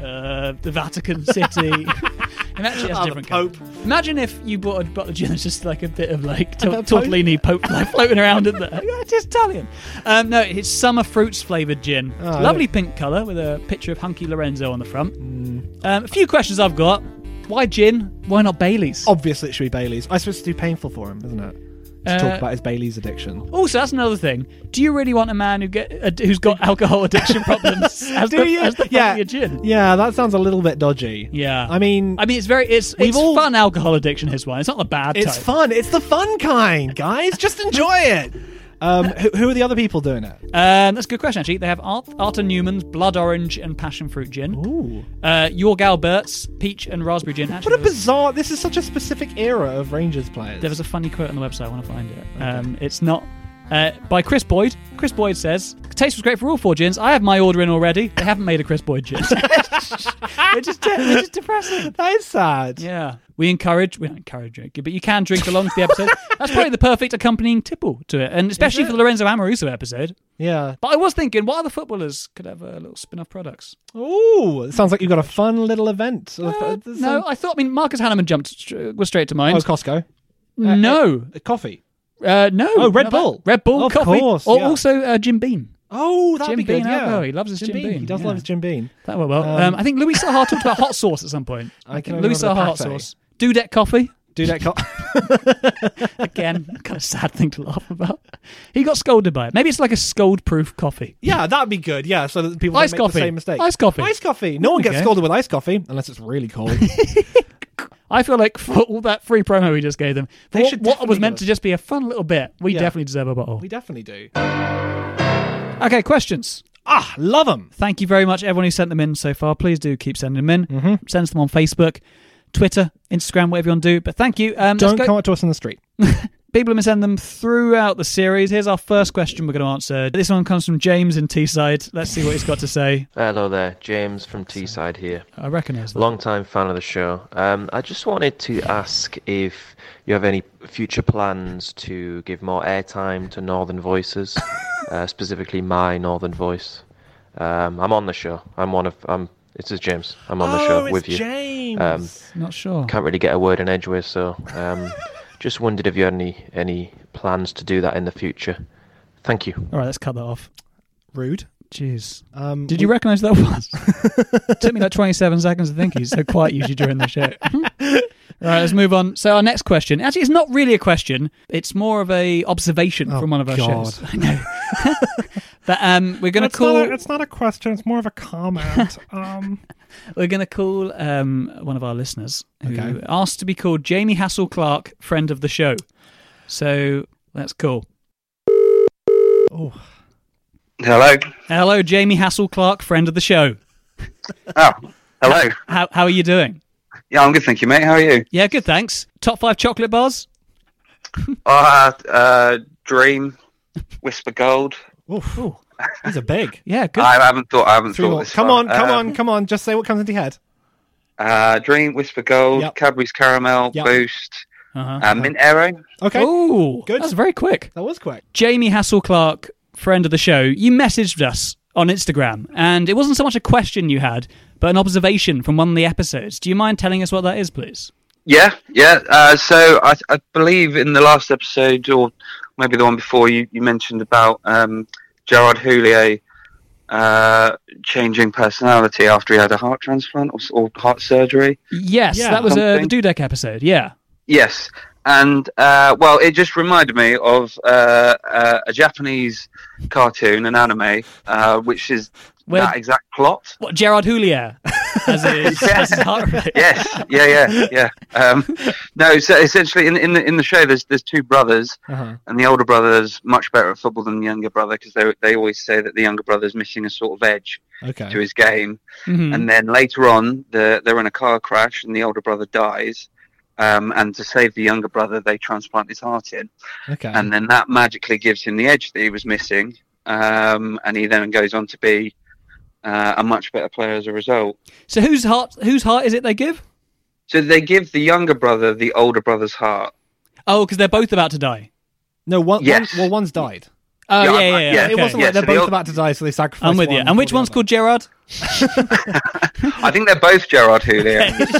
S1: Uh, the Vatican City. Imagine that's
S2: Oh,
S1: a
S2: the
S1: different colour.
S2: Pope.
S1: Imagine if you bought a bottle of gin that's just like a bit of like
S2: bit
S1: tor-
S2: of Pope.
S1: tortellini Pope like, floating around in there. Yeah, it's Italian. Ah, Um, no, it's summer fruits flavoured gin. It's
S2: I
S1: Lovely pink colour with a picture of Hunky Lorenzo on the front. Um, a few questions I've got. Why gin? Why not Bailey's?
S2: Obviously, it should be Bailey's. I suppose it's too painful for him, isn't it? To
S1: Uh,
S2: talk about his Bailey's addiction.
S1: Also, that's another thing. Do you really want a man who get uh, who's got alcohol addiction problems as the, as the yeah.
S2: yeah,
S1: of gin?
S2: yeah, that sounds a little bit dodgy.
S1: Yeah.
S2: I mean,
S1: I mean, it's very it's
S2: We've
S1: it's
S2: all-
S1: fun alcohol addiction. His one. It's not the bad
S2: it's
S1: type.
S2: fun. It's the fun kind, guys. Just enjoy it. Um, who, who are the other people doing it?
S1: Um, that's a good question, actually. They have Art, Arthur Newman's Blood Orange and Passion Fruit Gin. Ooh. Uh, Yorg Albert's Peach and Raspberry Gin. Actually,
S2: What a
S1: there was-
S2: bizarre! This is such a specific era of Rangers players.
S1: There was a funny quote on the website. I want to find it. Um, it's not uh, by Chris Boyd. Chris Boyd says, Taste was great for all four gins. I have my order in already. They haven't made a Chris Boyd gin.
S2: Which is which is depressing. That is sad.
S1: Yeah. We encourage, we don't encourage drinking, but you can drink along to the episode. That's probably the perfect accompanying tipple to it, and especially
S2: it?
S1: for the Lorenzo Amoruso episode.
S2: Yeah.
S1: But I was thinking, what other footballers could have uh, little spin off products?
S2: Ooh, it sounds like you've got a fun little event.
S1: uh, No, I thought, I mean, Marcus Hanneman jumped, stra- was straight to mind.
S2: Oh, Costco.
S1: no.
S2: coffee.
S1: Uh, no.
S2: Oh, Red
S1: not
S2: Bull.
S1: that. Red Bull
S2: Of
S1: coffee.
S2: course,
S1: or
S2: yeah.
S1: also uh, Jim Beam.
S2: Oh, that'd
S1: Jim
S2: be good.
S1: Bean,
S2: yeah.
S1: oh, he loves his Jim Bean,
S2: He does
S1: yeah.
S2: love his Jim Bean.
S1: That went well. Um, I think Louis Saha talked about hot sauce at some point.
S2: I can
S1: think
S2: only
S1: Louis Saha
S2: remember the
S1: hot
S2: pate.
S1: sauce. Dudek coffee.
S2: Dudek coffee.
S1: Again, kind of sad thing to laugh about. He got scolded by it. Maybe it's like a scold-proof coffee.
S2: Yeah, that'd be good. Yeah, so that people don't
S1: Iced
S2: make
S1: coffee.
S2: the same mistake.
S1: Iced coffee.
S2: Ice coffee. No one gets
S1: Okay.
S2: scolded with ice coffee unless it's really cold.
S1: I feel like for all that free promo we just gave them, for
S2: They
S1: what,
S2: should
S1: what was
S2: definitely
S1: meant
S2: give
S1: to just be a fun little bit, we
S2: Yeah.
S1: definitely deserve a bottle.
S2: we definitely do.
S1: Okay, questions.
S2: Ah, love them.
S1: Thank you very much, everyone who sent them in so far. Please do keep sending them in.
S2: Mm-hmm.
S1: Send us them on Facebook, Twitter, Instagram, whatever you want to do. But thank you. Um, let's
S2: Don't
S1: go-
S2: come up to us in the street.
S1: People have been sending them throughout the series. Here's our first question we're going to answer. This one comes from James in Teesside. Let's see what he's got to say.
S10: Hello there, James from Teesside here.
S1: I recognise that.
S10: Long time fan of the show. Um, I just wanted to ask if you have any future plans to give more airtime to Northern Voices, uh, specifically my Northern Voice. Um, I'm on the show. I'm one of. I'm. This is James. I'm on the
S1: Oh,
S10: show
S1: it's
S10: with you. Um,
S1: James. Not sure.
S10: Can't really get a word in edgeways, so um, just wondered if you had any any plans to do that in the future. Thank you.
S1: All right, let's cut that off.
S2: Rude.
S1: Jeez.
S2: Um,
S1: Did you recognise that was? Took me like 27 seconds to think he's so quiet usually during the show. Hmm. All right, let's move on. So our next question, actually, it's not really a question. It's more of a observation from one of our
S2: Oh, God.
S1: shows. I know. but um, we're going to
S2: It's
S1: call.
S2: Not a, it's not a question. It's more of a comment. um,
S1: We're going to call um, one of our listeners who
S2: Okay.
S1: asked to be called Jamie Hassel Clark, friend of the show. So that's cool.
S2: Oh.
S5: Hello.
S1: Hello, Jamie Hassel Clark, friend of the show.
S5: Oh, hello.
S1: How, how are you doing?
S5: Yeah, I'm good, thank you, mate. How are you?
S1: Yeah, good, thanks. Top five chocolate bars?
S5: Uh, uh, Dream, Whisper Gold.
S1: Ooh.
S2: These are big.
S1: Yeah, good.
S5: I haven't thought. I haven't
S2: Three
S5: thought
S2: more.
S5: this.
S2: Come
S5: far.
S2: on, come
S5: Um,
S2: on, come on. Just say what comes into your head.
S5: Uh, Dream, Whisper Gold,
S2: Yep.
S5: Cadbury's Caramel,
S2: Yep.
S5: Boost,
S1: Uh-huh.
S5: uh, Mint Arrow.
S2: Okay.
S1: Ooh,
S2: good.
S1: That's very quick.
S2: That was quick.
S1: Jamie Hassel Clark, friend of the show, you messaged us on Instagram, and it wasn't so much a question you had, but an observation from one of the episodes. Do you mind telling us what that is, please?
S5: Yeah, yeah. Uh, so I, I believe in the last episode, or maybe the one before, you, you mentioned about um, Gerard Houllier uh, changing personality after he had a heart transplant or, s- or heart surgery.
S1: Yes,
S5: Yeah.
S1: that was uh, the
S5: Something.
S1: Dudek episode. Yeah.
S5: Yes, and uh, well, it just reminded me of uh, uh, a Japanese cartoon, an anime, uh, which is
S1: Where-
S5: that exact plot.
S1: What Gerard Houllier? As is, as is heart rate.
S5: yes, yeah, yeah, yeah. Um, no, so essentially, in in the in the show, there's there's two brothers,
S2: Uh-huh.
S5: and the older brother's much better at football than the younger brother because they they always say that the younger brother's missing a sort of edge
S2: Okay.
S5: to his game.
S1: Mm-hmm.
S2: Mhm.
S5: And then later on, the, they're in a car crash, and the older brother dies. Um, and to save the younger brother, they transplant his heart in.
S2: Okay.
S5: and then that magically gives him the edge that he was missing, um, and he then goes on to be uh, a much better player as a result.
S1: So whose heart? Whose heart is it they give?
S5: So they give the younger brother the older brother's heart.
S1: Oh, because they're both about to die.
S2: No, one,
S5: Yes.
S2: one. Well, one's died.
S1: Oh yeah,
S5: Yeah,
S1: yeah, yeah.
S5: I- yeah,
S2: It wasn't
S5: yeah,
S2: like they're
S5: so the
S2: both
S5: old-
S2: about to die, so they sacrificed.
S1: I'm with you.
S2: one
S1: And
S2: for
S1: which
S2: the
S1: one's
S2: other.
S1: called Gerard?
S5: I think they're both Gerard Houllier. in this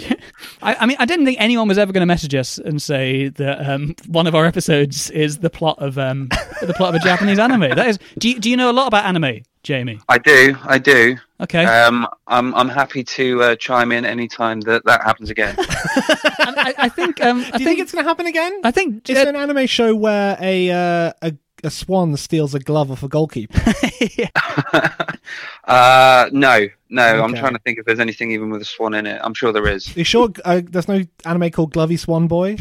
S5: story.
S1: I, I mean, I didn't think anyone was ever going to message us and say that um, one of our episodes is the plot of um, the plot of a Japanese anime. That is. Do you, do you know a lot about anime, Jamie?
S5: I do, I do.
S1: Okay.
S11: Uh,
S5: Um, I'm I'm happy to uh, chime in any time that that happens again.
S1: I, I think. Um, I
S2: Do you think, it's going to happen again?
S1: I think
S2: it's an anime show where a uh, a a swan steals a glove off a goalkeeper.
S5: Uh, no, no. I'm
S2: Okay.
S5: trying to think if there's anything even with a swan in it. I'm sure there is.
S2: you sure uh, there's no anime called Glovey Swan Boy?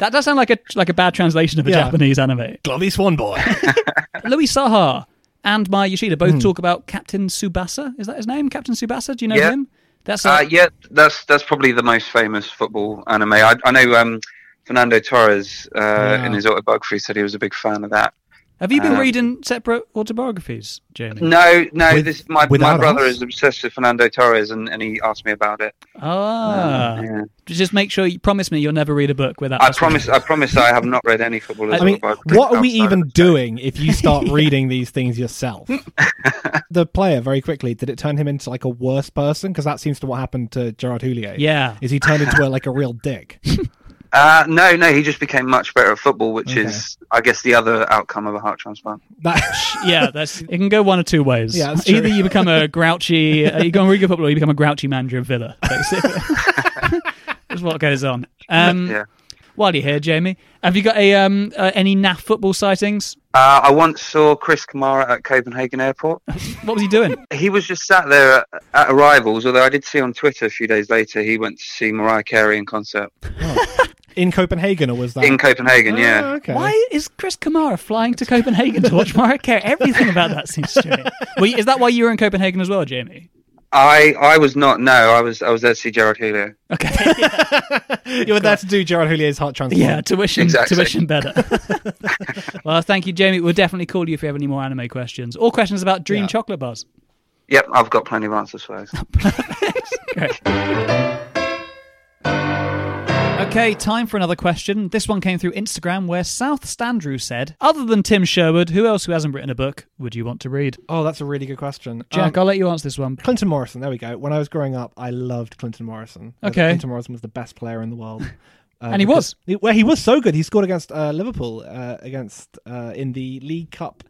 S1: That does sound like a like a bad translation of a
S2: Yeah.
S1: Japanese anime.
S2: Glovey Swan Boy.
S1: Louis Saha and Maya Yoshida
S11: Hmm.
S1: both talk about Captain Subasa. Is that his name? Captain Subasa? Do you know
S5: Yeah.
S2: uh,
S1: him? That's
S11: Uh,
S5: uh, yeah, that's that's probably the most famous football anime. I, I know um,
S11: Fernando Torres uh,
S1: Yeah.
S11: in his autobiography said he was a big fan of that.
S1: Have you been
S11: Um,
S1: reading separate autobiographies, Jamie?
S11: No, no. this my my
S1: without
S11: brother
S1: us?
S11: is obsessed with Fernando Torres, and, and he asked me about it.
S1: Ah.
S11: Um, yeah.
S1: Just make sure you promise me you'll never read a book without.
S11: I
S1: us reading
S11: promise. I promise. I have not read any footballers.
S2: I mean,
S11: autobiography
S2: what are we
S11: outside of
S2: even doing if you start reading these things yourself? the player very quickly did it turn him into like a worse person because that seems to what happened to Gerard Houllier.
S11: Yeah.
S2: is he turned into a, like a real dick?
S11: Uh, no, no, he just became much better at football, which
S2: Okay.
S11: is, I guess, the other outcome of a heart transplant.
S1: yeah, that's it can go one of two ways.
S11: Yeah, that's
S1: either
S11: true.
S1: you become a grouchy, uh, you go and read your football, or you become a grouchy manager of Villa. Basically, is what goes on. Um,
S11: Yeah.
S1: While you're here, Jamie, have you got a um, uh, any NAF football sightings?
S11: Uh, I once saw Chris Kamara at Copenhagen Airport.
S1: What was he doing?
S11: he was just sat there at, at arrivals, although I did see on Twitter a few days later he went to see Mariah Carey in concert
S2: In Copenhagen, or was that
S11: in Copenhagen, yeah.
S1: Oh.
S2: Ah, okay.
S1: Why is Chris Kamara flying to Copenhagen to watch Mariah Carey? Everything about that seems strange. Well, is that why you were in Copenhagen as well, Jamie?
S11: I, I was not, no, I was I was there to see Gerard Houllier.
S2: You were there to do Gerard Houlier's heart transplant.
S1: Yeah, tuition, tuition better. well, thank you, Jamie. We'll definitely call you if you have any more anime questions or questions about Dream Chocolate Bars.
S11: Yep, I've got plenty of answers for those.
S1: Okay, time for another question. This one came through Instagram where South Standrew said, Other than Tim Sherwood, who else who hasn't written a book would you want to read?
S2: Oh, that's a really good question.
S1: Jack, I'll let you answer this one.
S2: Clinton Morrison, there we go. When I was growing up, I loved Clinton Morrison. I thought
S1: Okay.
S2: Clinton Morrison was the best player in the world. Uh,
S1: And he
S2: because- He, well, he was so good. He scored against uh, Liverpool uh, against uh, in the League Cup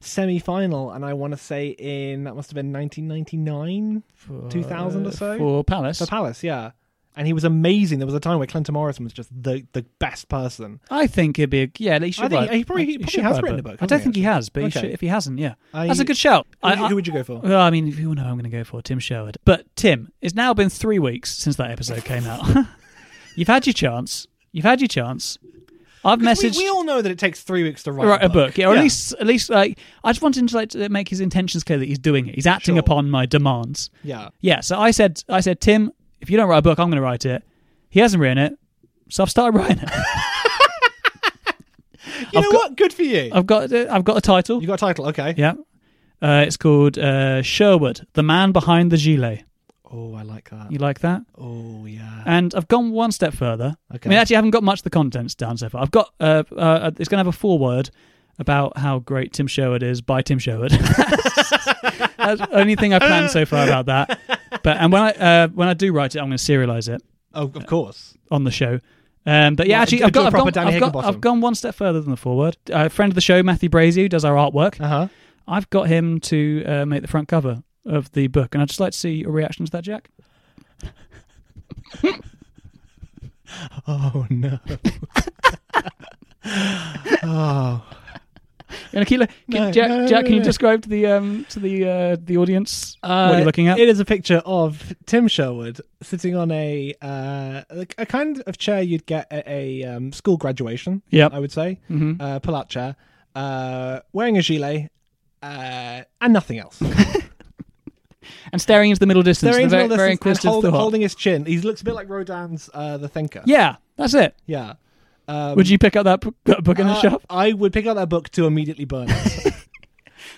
S2: semi final, and I want to say in that must have been 1999, 2000 or so.
S1: for Palace?
S2: For Palace, yeah. And he was amazing. There was a time where Clinton Morrison was just the, the best person.
S1: I think it'd be a, yeah. He should
S2: I think
S1: write-
S2: he probably- he probably
S1: should
S2: has
S1: write
S2: written a book,
S1: I don't
S2: hasn't he,
S1: think he has, but he
S2: Okay.
S1: should, if he hasn't, yeah,
S2: I-
S1: that's a good shout.
S2: Who would
S1: I,
S2: you- who would you go for?
S1: Well, I uh, mean, if you all know, who I'm going to go for Tim Sherwood. But Tim, it's now been three weeks since that episode came out. You've had your chance. You've had your chance. I've
S2: Because we-
S1: messaged.
S2: We, all know that it takes three weeks to write,
S1: write a book, yeah, or at least, at least, like, I just want him to like to make his intentions clear that he's doing it. He's acting upon my demands.
S2: Yeah.
S1: yeah. So I said, I said, Tim, if you don't write a book, I'm going to write it. He hasn't written it, so I've started writing it.
S2: You know what? Good for you.
S1: I've got I've got a title.
S2: You got a title, okay?
S1: Yeah. Uh, it's called uh, Sherwood, the man behind the gilet.
S2: Oh, I like that.
S1: You like that?
S2: Oh yeah.
S1: And I've gone one step further.
S2: Okay.
S1: I mean, actually, I haven't got much of the contents down so far. I've got uh, uh, it's going to have a foreword about how great Tim Sherwood is by Tim Sherwood. That's the only thing I planned so far about that. But and when I uh, when I do write it, I'm going to serialize it.
S2: Oh, of course.
S1: On the show. Um, but yeah,
S2: Well,
S1: actually,
S2: do-
S1: I've
S2: do
S1: got,
S2: a
S1: I've,
S2: proper
S1: gone,
S2: Danny
S1: I've, got,
S2: Higginbotham.
S1: I've gone one step further than the foreword. A friend of the show, Matthew Brazier, who does our artwork.
S2: Uh-huh.
S1: I've got him to uh, make the front cover of the book, and I'd just like to see your reaction to that, Jack.
S2: Oh no. oh.
S1: Can I keep, can,
S2: No,
S1: Jack,
S2: no, no,
S1: Jack, can you
S2: no.
S1: describe to the um, to the uh, the audience what
S2: Uh,
S1: you're looking at?
S2: It is a picture of Tim Sherwood sitting on a uh, like a kind of chair you'd get at a um, school graduation.
S1: Yep.
S2: I would say
S1: Mhm.
S2: uh, pull-out chair, uh, wearing a gilet, uh, and nothing else.
S1: and staring into the middle distance.
S2: Staring
S1: the very,
S2: into the
S1: very
S2: distance and
S1: inquisitive
S2: hold-
S1: thought.
S2: holding his chin. He looks a bit like Rodin's uh, The Thinker.
S1: Yeah, that's it.
S2: Yeah. Um,
S1: Would you pick up that, b- that book in the
S2: uh,
S1: shop?
S2: I would pick up that book to immediately burn. it.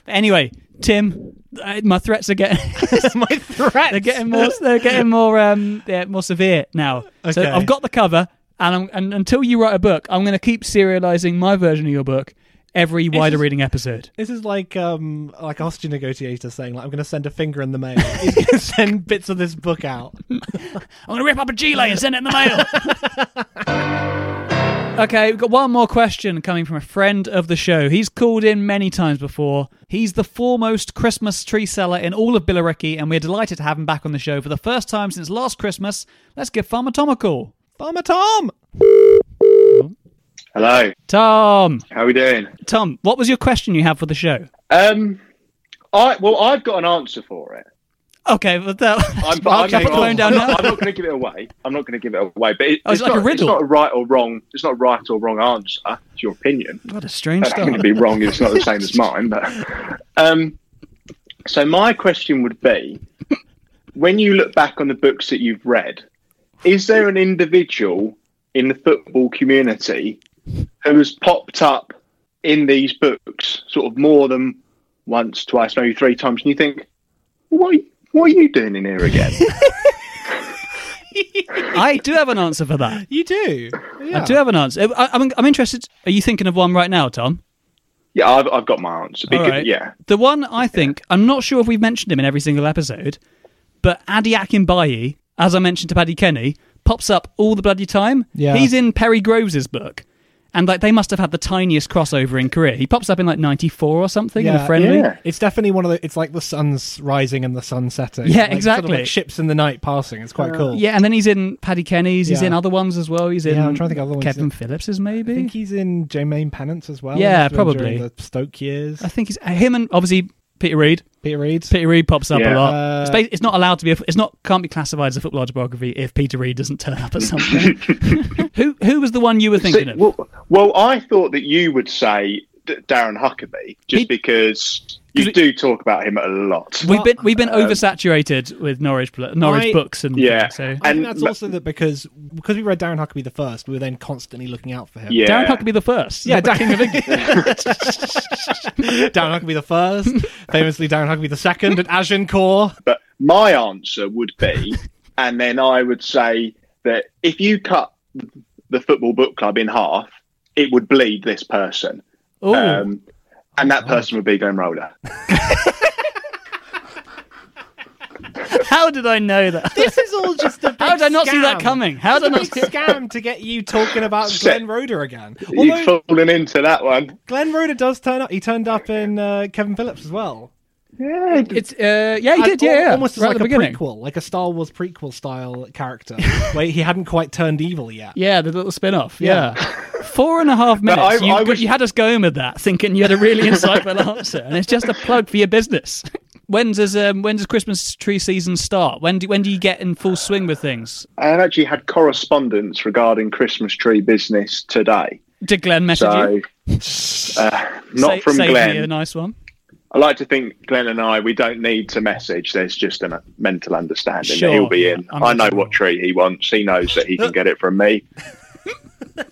S1: But anyway, Tim, uh, my threats are getting my threats. They're getting more. They're getting more. Um, yeah, more severe now. So
S2: Okay.
S1: I've got the cover, and I'm, and until you write a book, I'm going to keep serializing my version of your book every wider
S2: just-
S1: reading episode.
S2: This is like um like a hostage negotiator saying like I'm going to send a finger in the mail. He's going to send bits of this book out.
S1: I'm going to rip up a G-lay and send it in the mail. okay, we've got one more question coming from a friend of the show. He's called in many times before. He's the foremost Christmas tree seller in all of Billericay, and we're delighted to have him back on the show for the first time since last Christmas. Let's give Farmer Tom a call.
S2: Farmer Tom!
S12: Hello.
S1: Tom.
S12: How are we doing?
S1: Tom, what was your question you had for the show?
S12: Um, I well, I've got an answer for it.
S1: Okay, but that,
S12: I'm,
S1: I'll put the phone down
S12: I'm
S1: now.
S12: not, going to give it away. I'm not going to give it away. But it,
S1: Oh, is
S12: it's
S1: it like a
S12: not, It's
S1: riddle?
S12: not a right or wrong. It's not a right or wrong answer. It's your opinion.
S1: What a strange
S12: I'm
S1: start.
S12: going to be wrong. It's not the same as mine. But um, so my question would be: when you look back on the books that you've read, is there an individual
S5: in the football community who has popped up in these books sort of more than once, twice, maybe three times, and you think, what are you, what are you doing in here again?
S1: I do have an answer for that.
S2: You do.
S1: I do have an answer. I, I'm, I'm interested. Are you thinking of one right now, Tom?
S5: Yeah, I've, I've got my answer.
S1: All
S5: Because,
S1: right.
S5: Yeah.
S1: The one I think, I'm not sure if we've mentioned him in every single episode, but Adi Akinbayi, as I mentioned to Paddy Kenny, pops up all the bloody time.
S2: Yeah.
S1: He's in Perry Groves's book. And like they must have had the tiniest crossover in career. He pops up in like '94 or something in a friendly.
S2: It's definitely one of the. It's like the sun's rising and the sun setting.
S1: Yeah,
S2: Like, sort of
S1: exactly.
S2: like ships in the night passing. It's quite cool.
S1: Yeah, and then he's in Paddy Kenny's. He's
S2: Yeah.
S1: in other ones as well. He's in.
S2: Yeah, I'm trying to think of other ones.
S1: Kevin Phillips's maybe.
S2: I think he's in Jermaine Pennant as well.
S1: Yeah,
S2: He's been during
S1: probably.
S2: the Stoke years.
S1: I think he's him and obviously Peter Reid.
S2: Peter Reid.
S1: Peter Reid pops up
S2: Yeah.
S1: a lot.
S2: Uh,
S1: it's, ba- it's not allowed to be. A, it's not can't be classified as a football autobiography if Peter Reid doesn't turn up at something. who who was the one you were thinking of?
S5: Well, well, I thought that you would say D- Darren Huckabee just because you do talk about him a lot.
S1: We've been we've been
S5: Um,
S1: oversaturated with Norwich pl- Norwich
S2: I-
S1: books and things, so.
S2: I think that's also that because because we read Darren Huckabee the first, we were then constantly looking out for him.
S1: Yeah. Darren Huckabee the first.
S2: Yeah,
S1: Not the
S2: Darren Huckabee. Darren Huckabee the first, famously Darren Huckabee the second, and Agincourt.
S5: But my answer would be, and then I would say that if you cut the football book club in half, it would bleed this person. Um,
S1: Ooh.
S2: Um,
S5: and
S1: Oh.
S5: that person would be Graham Roller.
S1: How did I know that?
S2: This is all just a big
S1: How did I not see that
S2: scam.
S1: coming? How
S2: It's
S1: did I
S2: a
S1: not
S2: big
S1: see
S2: scam to get you talking about
S5: Set.
S2: Glenn Roder again?
S5: You've
S2: Although
S5: fallen into that one.
S2: Glenn Roder does turn up. He turned up in uh, Kevin Phillips as well.
S5: Yeah,
S1: it's uh, yeah, he
S2: And
S1: did,
S2: al-
S1: yeah, yeah.
S2: almost as
S1: Right at
S2: like
S1: the
S2: a
S1: beginning.
S2: prequel, like a Star Wars prequel style character, where he hadn't quite turned evil yet.
S1: Yeah, the little spin off. Yeah.
S2: Yeah.
S1: Four and a half
S2: No,
S1: minutes.
S2: I-
S1: you,
S2: I
S1: you had us going with that, thinking you had a really insightful answer, and it's just a plug for your business. When does um, when does Christmas tree season start? When do when do you get in full swing with things?
S5: I've actually had correspondence regarding Christmas tree business today.
S1: Did Glenn message you?
S5: So, uh, not
S1: Sa-
S5: from
S1: save
S5: Glenn.
S1: Me a nice one.
S5: I like to think Glenn and I, we don't need to message. There's just a mental understanding.
S1: Sure,
S5: that He'll be
S1: yeah, Uh,
S5: in.
S1: I'm
S5: i know what tree he wants. He knows that he can get it from me.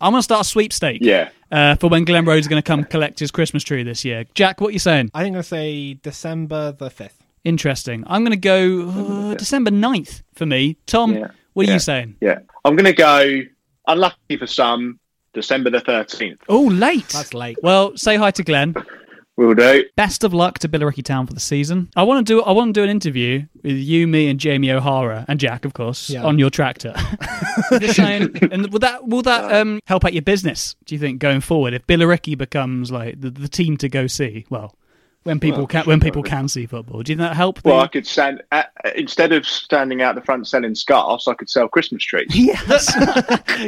S1: I'm gonna start a sweepstake.
S5: Yeah.
S1: Uh, for when Glenn Rhodes is gonna come collect his Christmas tree this year. Jack, what you saying?
S2: I think I'm gonna say December the fifth.
S1: Interesting. I'm gonna go uh, December 9th for me. Tom, what are you saying?
S5: Yeah. I'm going to go, unlucky for some, December the 13th.
S1: Oh, late.
S2: That's late.
S1: Well, say hi to Glenn.
S5: Will do.
S1: Best of luck to Billericay Town for the season. I want to do. I want to do an interview with you, me, and Jamie O'Hara and Jack, of course,
S2: Yeah.
S1: on your tractor. Just saying, and will that will that um, help out your business? Do you think going forward, if Billericay becomes like the, the team to go see? Well, when people
S5: Well,
S1: can when people can see football, do you think that help? the-
S5: Well, I could stand, uh, instead of standing out the front selling scarves, I could sell Christmas trees.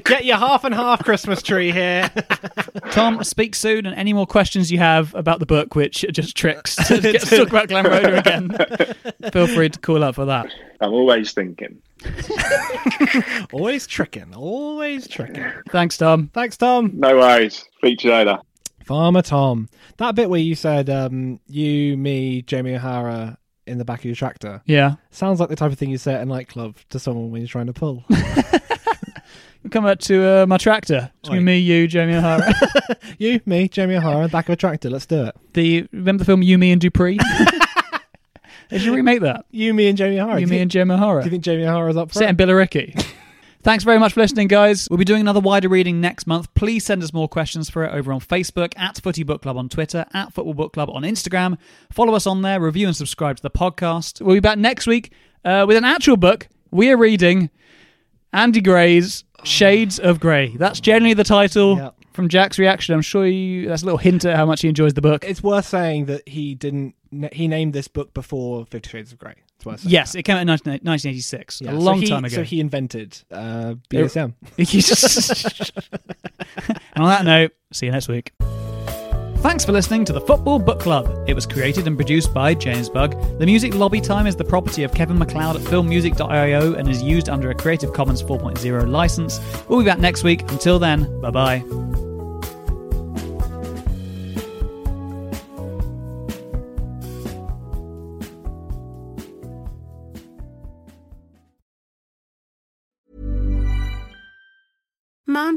S2: Get your half and half Christmas tree here.
S1: Tom, speak soon. And any more questions you have about the book, which are just tricks to get us to talk about Glen Roder again, feel free to call up for that.
S5: I'm always thinking.
S2: always tricking. Always tricking.
S1: Thanks, Tom.
S2: Thanks, Tom.
S5: No worries. Speak to you later.
S2: Farmer Tom. That bit where you said um, you, me, Jamie O'Hara in the back of your tractor.
S1: Yeah.
S2: Sounds like the type of thing you say at a nightclub to someone when you're trying to pull.
S1: Come out to uh, my tractor. It's gonna be me, you, Jamie O'Hara.
S2: you, me, Jamie O'Hara, in the back of a tractor. Let's do it.
S1: The remember the film You, Me, and Dupree? They should remake that.
S2: You, me, and Jamie O'Hara.
S1: You,
S2: Do
S1: me, and Jamie O'Hara.
S2: Do you think Jamie O'Hara's up for
S1: Set in
S2: it?
S1: Billericay. Thanks very much for listening, guys. We'll be doing another wider reading next month. Please send us more questions for it over on Facebook, at Footy Book Club on Twitter, at Football Book Club on Instagram. Follow us on there, review and subscribe to the podcast. We'll be back next week uh, with an actual book. We are reading Andy Gray's Shades of Grey. That's generally the title from Jack's reaction. I'm sure you, that's a little hint at how much he enjoys the book.
S2: It's worth saying that he didn't. He named this book before Fifty Shades of Grey. It's worth saying.
S1: Yes, it came out in 19- 1986,
S2: Yeah,
S1: a
S2: so
S1: long
S2: he-
S1: time ago.
S2: So he invented uh, BSM.
S1: You just- and on that note, see you next week. Thanks for listening to the Football Book Club. It was created and produced by James Bug. The music Lobby Time is the property of Kevin McLeod at filmmusic.io and is used under a Creative Commons 4.0 license. We'll be back next week. Until then, bye bye.
S13: Mom Mom